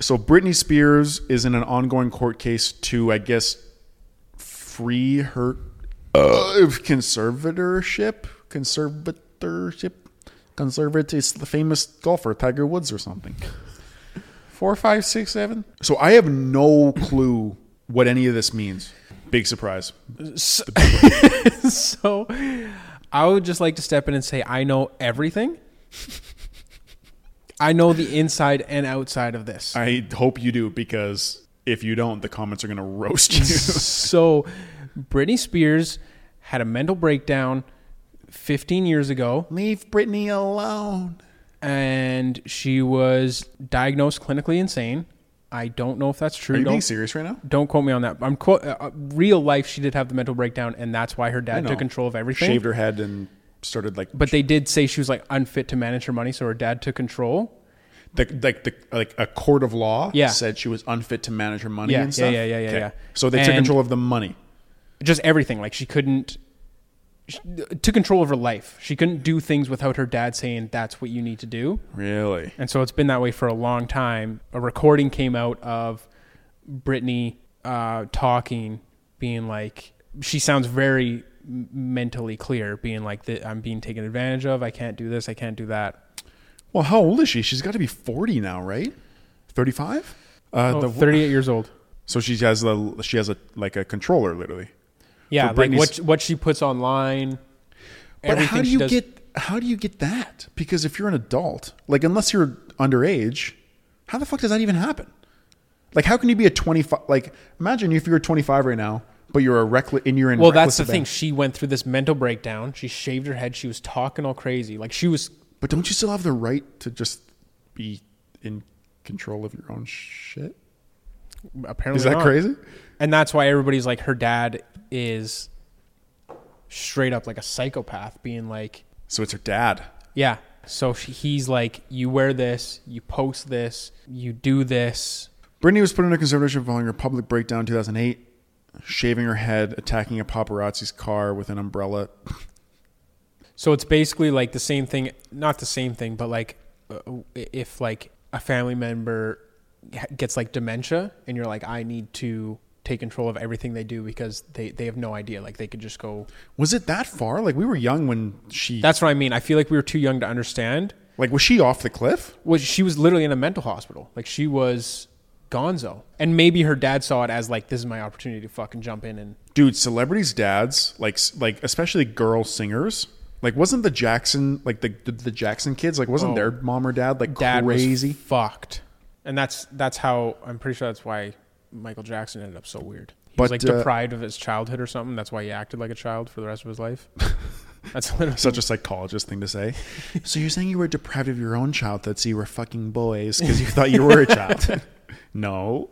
So Britney Spears is in an ongoing court case to, I guess, free her of conservatorship, conservatorship, conservatives, the famous golfer Tiger Woods or something. Four, five, six, seven. So I have no clue what any of this means. Big surprise. so I would just like to step in and say I know everything. I know the inside and outside of this. I hope you do because if you don't, the comments are going to roast you. so Britney Spears had a mental breakdown 15 years ago Leave Britney alone. and she was diagnosed clinically insane. I don't know if that's true. Are you don't, being serious right now? don't quote me on that. I'm quote uh, uh, real life she did have the mental breakdown and that's why her dad know. took control of everything. Shaved her head and started like But they did say she was like unfit to manage her money so her dad took control. the, like the like a court of law Yeah. said she was unfit to manage her money Yeah, and yeah, stuff. yeah, yeah, yeah, yeah. So they took And- control of the money. just everything. Like she couldn't she took control of her life. She couldn't do things without her dad saying that's what you need to do. Really? And so it's been that way for a long time. A recording came out of Britney uh, talking, being like, she sounds very m- mentally clear, being like, that I'm being taken advantage of. I can't do this. I can't do that. Well, how old is she? She's got to be 40 now, right? 35? Uh, Oh, the, 38 years old. So she has a she has a like a controller literally. Yeah, For like what Britney's- what she puts online. But everything how do she you does- get how do you get that? Because if you're an adult, like unless you're underage, how the fuck does that even happen? Like how can you be a 25 like imagine if you're 25 right now, but you're a reckless and you're in Well, that's reckless the thing. abandon. She went through this mental breakdown. She shaved her head. She was talking all crazy. Like she was. But don't you still have the right to just be in control of your own shit? Apparently, Is that not. crazy? And that's why everybody's like, her dad is straight up like a psychopath, being like, So it's her dad. yeah. So she, he's like, you wear this, you post this, you do this. Brittany was put under conservatorship following her public breakdown in 2008, shaving her head, attacking a paparazzi's car with an umbrella. So it's basically like the same thing, not the same thing, but like uh, if like a family member ha- gets like dementia and you're like, I need to take control of everything they do because they, they have no idea. Like they could just go. Was it that far? Like we were young when she That's what I mean. I feel like we were too young to understand. like was she off the cliff? Was she was literally in a mental hospital. Like she was gonzo. And maybe her dad saw it as like, this is my opportunity to fucking jump in and Dude, celebrities' dads, like like especially girl singers, like wasn't the Jackson like the the, the Jackson kids like wasn't Oh. their mom or dad like dad was crazy? fucked. And that's that's how I'm pretty sure that's why Michael Jackson ended up so weird. He was But, like uh, deprived of his childhood or something. That's why he acted like a child for the rest of his life. that's literally Such a psychologist thing to say. so you're saying you were deprived of your own childhood, so you were fucking boys because you thought you were a child. no.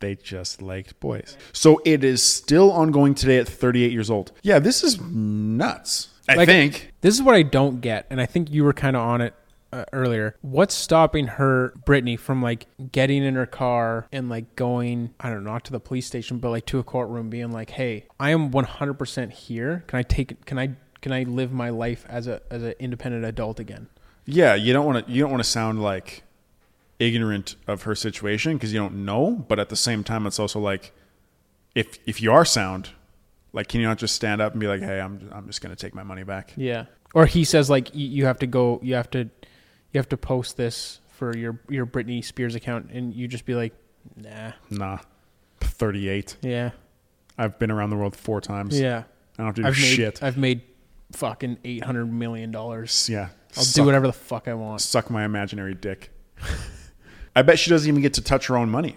They just liked boys. So it is still ongoing today at 38 years old. Yeah, this is nuts. I Like- think. This is what I don't get, and I think you were kind of on it uh, earlier. What's stopping her, Brittany, from like getting in her car and like going, I don't know, not to the police station, but like to a courtroom, being like, "Hey, I am 100% here. Can I take? Can I? Can I live my life as a as an independent adult again?" Yeah, you don't want to you don't want to sound like ignorant of her situation because you don't know, but at the same time it's also like if if you are sound, like can you not just stand up and be like, "Hey, I'm I'm just going to take my money back." Yeah. Or he says like you, you have to go, you have to, you have to post this for your your Britney Spears account, and you just be like, "Nah." Nah. 38. Yeah. I've been around the world four times. Yeah. I don't have to do I've made, shit. I've made fucking eight hundred million dollars. S- yeah. I'll suck, do whatever the fuck I want. Suck my imaginary dick. I bet she doesn't even get to touch her own money.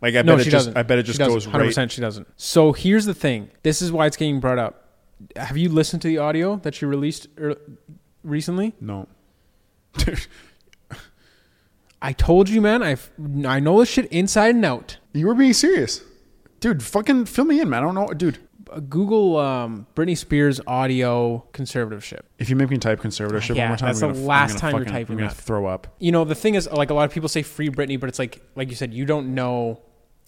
Like I no, bet it she just doesn't. I bet it She just doesn't. goes 100% right. she doesn't. So here's the thing. This is why it's getting brought up. Have you listened to the audio that she released er, recently? No. I told you, man. I I know this shit inside and out. you were being serious. Dude, fucking fill me in, man. I don't know. Dude, Uh, Google um, Britney Spears audio conservatorship. if you make me type conservatorship Yeah, one more time, that's I'm the gonna, I'm last gonna time you're fucking, typing I'm gonna that. throw up. you know the thing is like a lot of people say free Britney, but it's like like you said, you don't know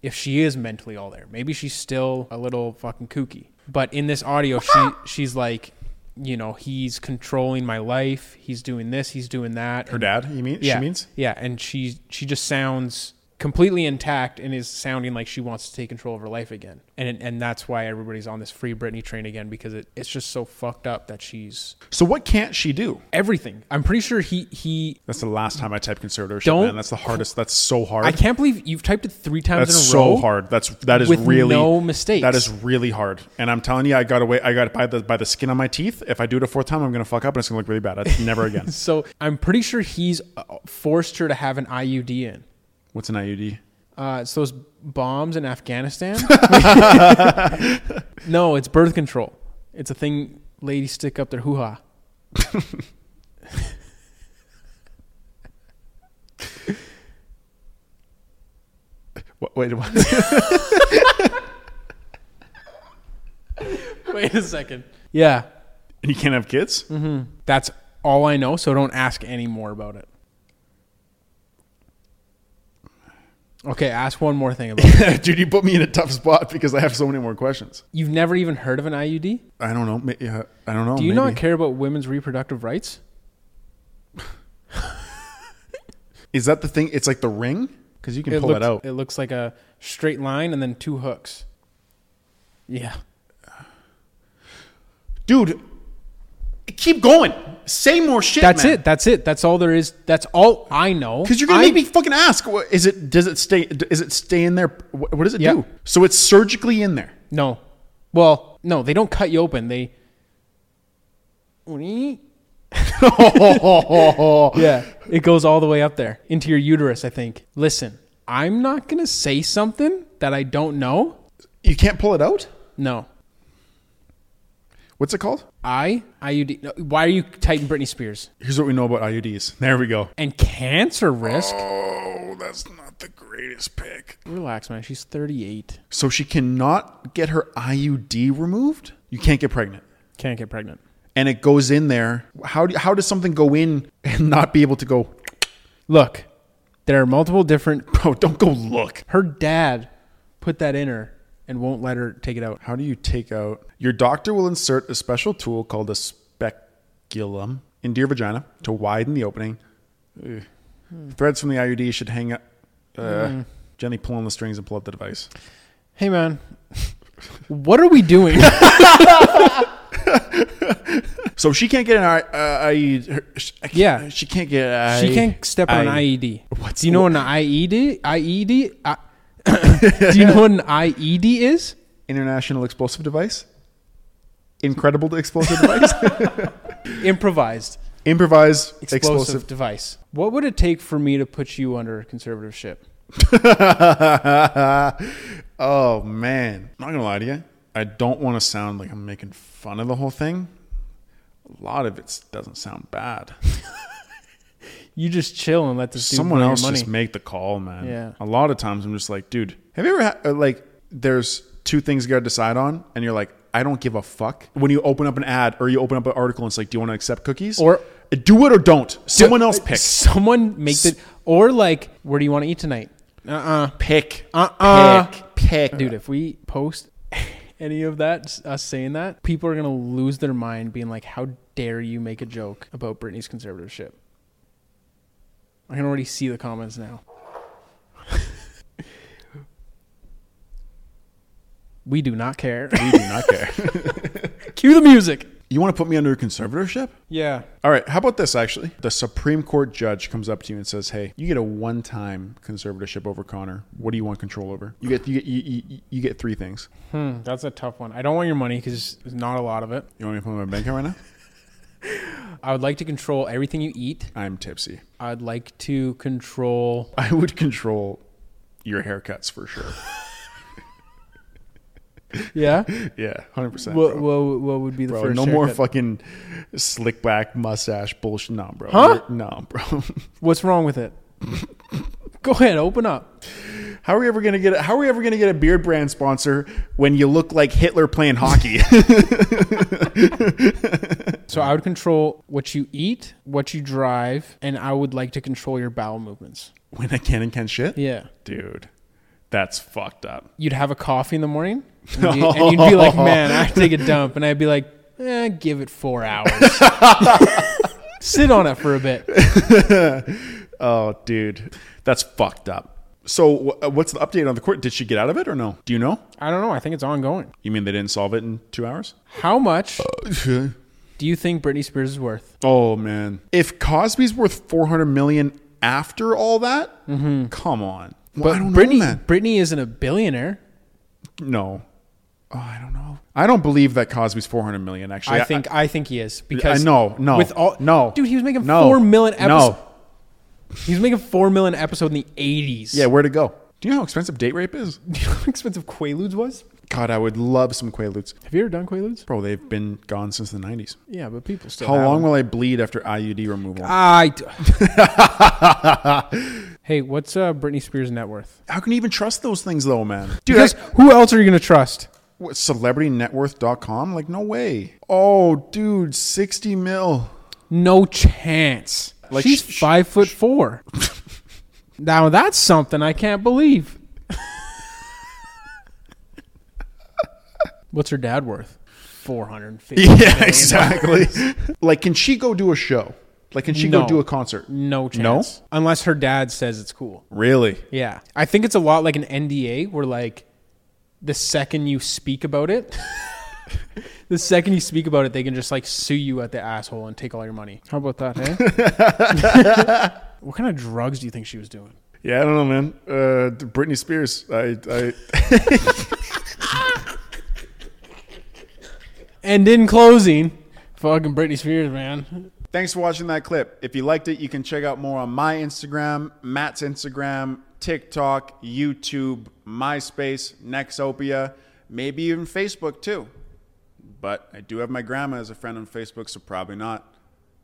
if she is mentally all there. Maybe she's still a little fucking kooky. But in this audio, she she's like, you know, he's controlling my life. He's doing this. He's doing that. Her dad, you mean? yeah, She means? yeah, and she she just sounds completely intact and is sounding like she wants to take control of her life again. And and that's why everybody's on this free Britney train again because it, it's just so fucked up that she's So what can't she do? everything. I'm pretty sure he he. That's the last time I typed conservatorship, Don't- man. That's the hardest. That's so hard. I can't believe you've typed it three times That's in a row. so hard. That's that is with really no mistakes. That is really hard. And I'm telling you, I got away. I got by the by the skin on my teeth. If I do it a fourth time, I'm gonna fuck up, and it's gonna look really bad. That's never again. So I'm pretty sure he's uh, forced her to have an IUD in. What's an IUD? Uh, it's those bombs in Afghanistan. no, it's birth control. It's a thing ladies stick up their hoo ha. What, wait, what? Wait a second. Yeah, and you can't have kids? that's all I know. So don't ask any more about it. Okay, ask one more thing about it. Dude, you put me in a tough spot because I have so many more questions. You've never even heard of an IUD? I don't know. ma- yeah, I don't know. Do you Oh, maybe. not care about women's reproductive rights? Is that the thing? It's like the ring because you can it pull looks, it out. It looks like a straight line and then two hooks. Yeah. Dude, keep going. Say more shit. That's it. That's it. That's all there is. That's all I know. Because you're gonna I- make me fucking ask. What, is it? Does it stay? d- Is it stay in there? What, what does it Yeah. do? So it's surgically in there. No. Well, no, they don't cut you open. They. yeah. It goes all the way up there into your uterus, I think. Listen, I'm not going to say something that I don't know. You can't pull it out. No. What's it called? I, IUD. no, Why are you Titan Britney Spears? Here's what we know about IUDs. There we go. And cancer risk? Oh, that's not the greatest pick. Relax, man. She's 38. So she cannot get her IUD removed. You can't get pregnant, Can't get pregnant. and it goes in there. How do, how does something go in and not be able to go? Look, there are multiple different Bro, don't go look. Her dad put that in her and won't let her take it out. How do you take out? Your doctor will insert a special tool called a speculum into your vagina to widen the opening. Hmm. Ugh. Threads from the IUD should hang up. Uh, Gently pull on the strings and pull out the device. Hey man, what are we doing? So she can't get an I. Uh, I her, sh- I can't- Yeah. she can't get. I, she can't step on an I- IED. What's- Do you know what an E IED? IED? I, do you know what an IED is? International explosive device. Incredible explosive device. Improvised Improvised explosive, explosive. device. What would it take for me to put you under conservatorship? oh man, I'm not gonna lie to you. I don't want to sound like I'm making fun of the whole thing. A lot of it doesn't sound bad. You just chill and let this dude Someone run your else money. just make the call, man. Yeah. A lot of times I'm just like, dude, have you ever ha- uh, like there's two things you got to decide on, and you're like, I don't give a fuck. When you open up an ad or you open up an article, and it's like, do you want to accept cookies Uh, Or- do it or don't? Someone else picks. Someone make the or like, where do you want to eat tonight? Uh uh Pick. Uh-uh. Pick. Pick. Dude, if we post any of that, us saying that, people are going to lose their mind being like, how dare you make a joke about Britney's conservatorship? I can already see the comments now. we do not care. we do not care. Cue the music. you want to put me under conservatorship? Yeah. All right, how about this actually? The Supreme Court judge comes up to you and says, "Hey, you get a one-time conservatorship over Connor. What do you want control over? You get you get you, you, you get three things. Hmm, that's a tough one. I don't want your money because there's not a lot of it. You want me to put my bank account right now? I would like to control everything you eat. I'm tipsy. I'd like to control I would control your haircuts for sure. Yeah. Yeah, hundred percent. What, Bro, what, what would be the Bro, first no more haircut? fucking slick back mustache bullshit. No, bro. Huh? No, bro. What's wrong with it? Go ahead, open up. How are we ever gonna get? A, how are we ever gonna get a beard brand sponsor when you look like Hitler playing hockey? So I would control what you eat, what you drive, and I would like to control your bowel movements. when I can and can shit. Yeah. Dude, that's fucked up. You'd have a coffee in the morning, and, you, and you'd be like, "Man, I have to take a dump," and I'd be like, eh, give it four hours. Sit on it for a bit. Oh, dude, that's fucked up. So, wh- what's the update on the court? Did she get out of it or no? Do you know? I don't know. I think it's ongoing. You mean they didn't solve it in two hours? How much Uh, do you think Britney Spears is worth? oh man, if Cosby's worth four hundred million after all that, come on. Well, I don't Britney, know, man. Britney isn't a billionaire. No, oh, I don't know. I don't believe that Cosby's four hundred million. Actually, I think I, think he is because Uh, no, no, with all no. dude he was making No, four million episodes. no. He was making four million episode in the eighties. yeah, where to go? Do you know how expensive date rape is? Do you know how expensive Quaaludes was? God, I would love some Quaaludes. Have you ever done Quaaludes? Bro, they've been gone since the nineties. Yeah, but people still. How have long them. will I bleed after IUD removal? I. D- hey, what's uh, Britney Spears' net worth? How can you even trust those things though, man? Dude, Because who else are you gonna trust? what, celebritynetworth.com? Like, no way. Oh, dude, 60 mil. No chance. Like, She's sh- sh- five foot four. now that's something I can't believe. What's her dad worth? Four hundred and fifty. Yeah, exactly. like, can she go do a show? Like, can she No. go do a concert? No chance. Unless her dad says it's cool. Really? Yeah. I think it's a lot like an NDA where like the second you speak about it the second you speak about it they can just like sue you at the asshole and take all your money. How about that, eh? hey? what kind of drugs do you think she was doing? Yeah, I don't know, man. Uh, Britney Spears. I, I, And in closing, fucking Britney Spears, man. Thanks for watching that clip. If you liked it, you can check out more on my Instagram, Matt's Instagram, TikTok, YouTube, MySpace, Nexopia, maybe even Facebook too. But I do have my grandma as a friend on Facebook, so probably not.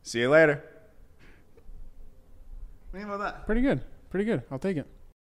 See you later. What do you think about that? Pretty good. Pretty good. I'll take it.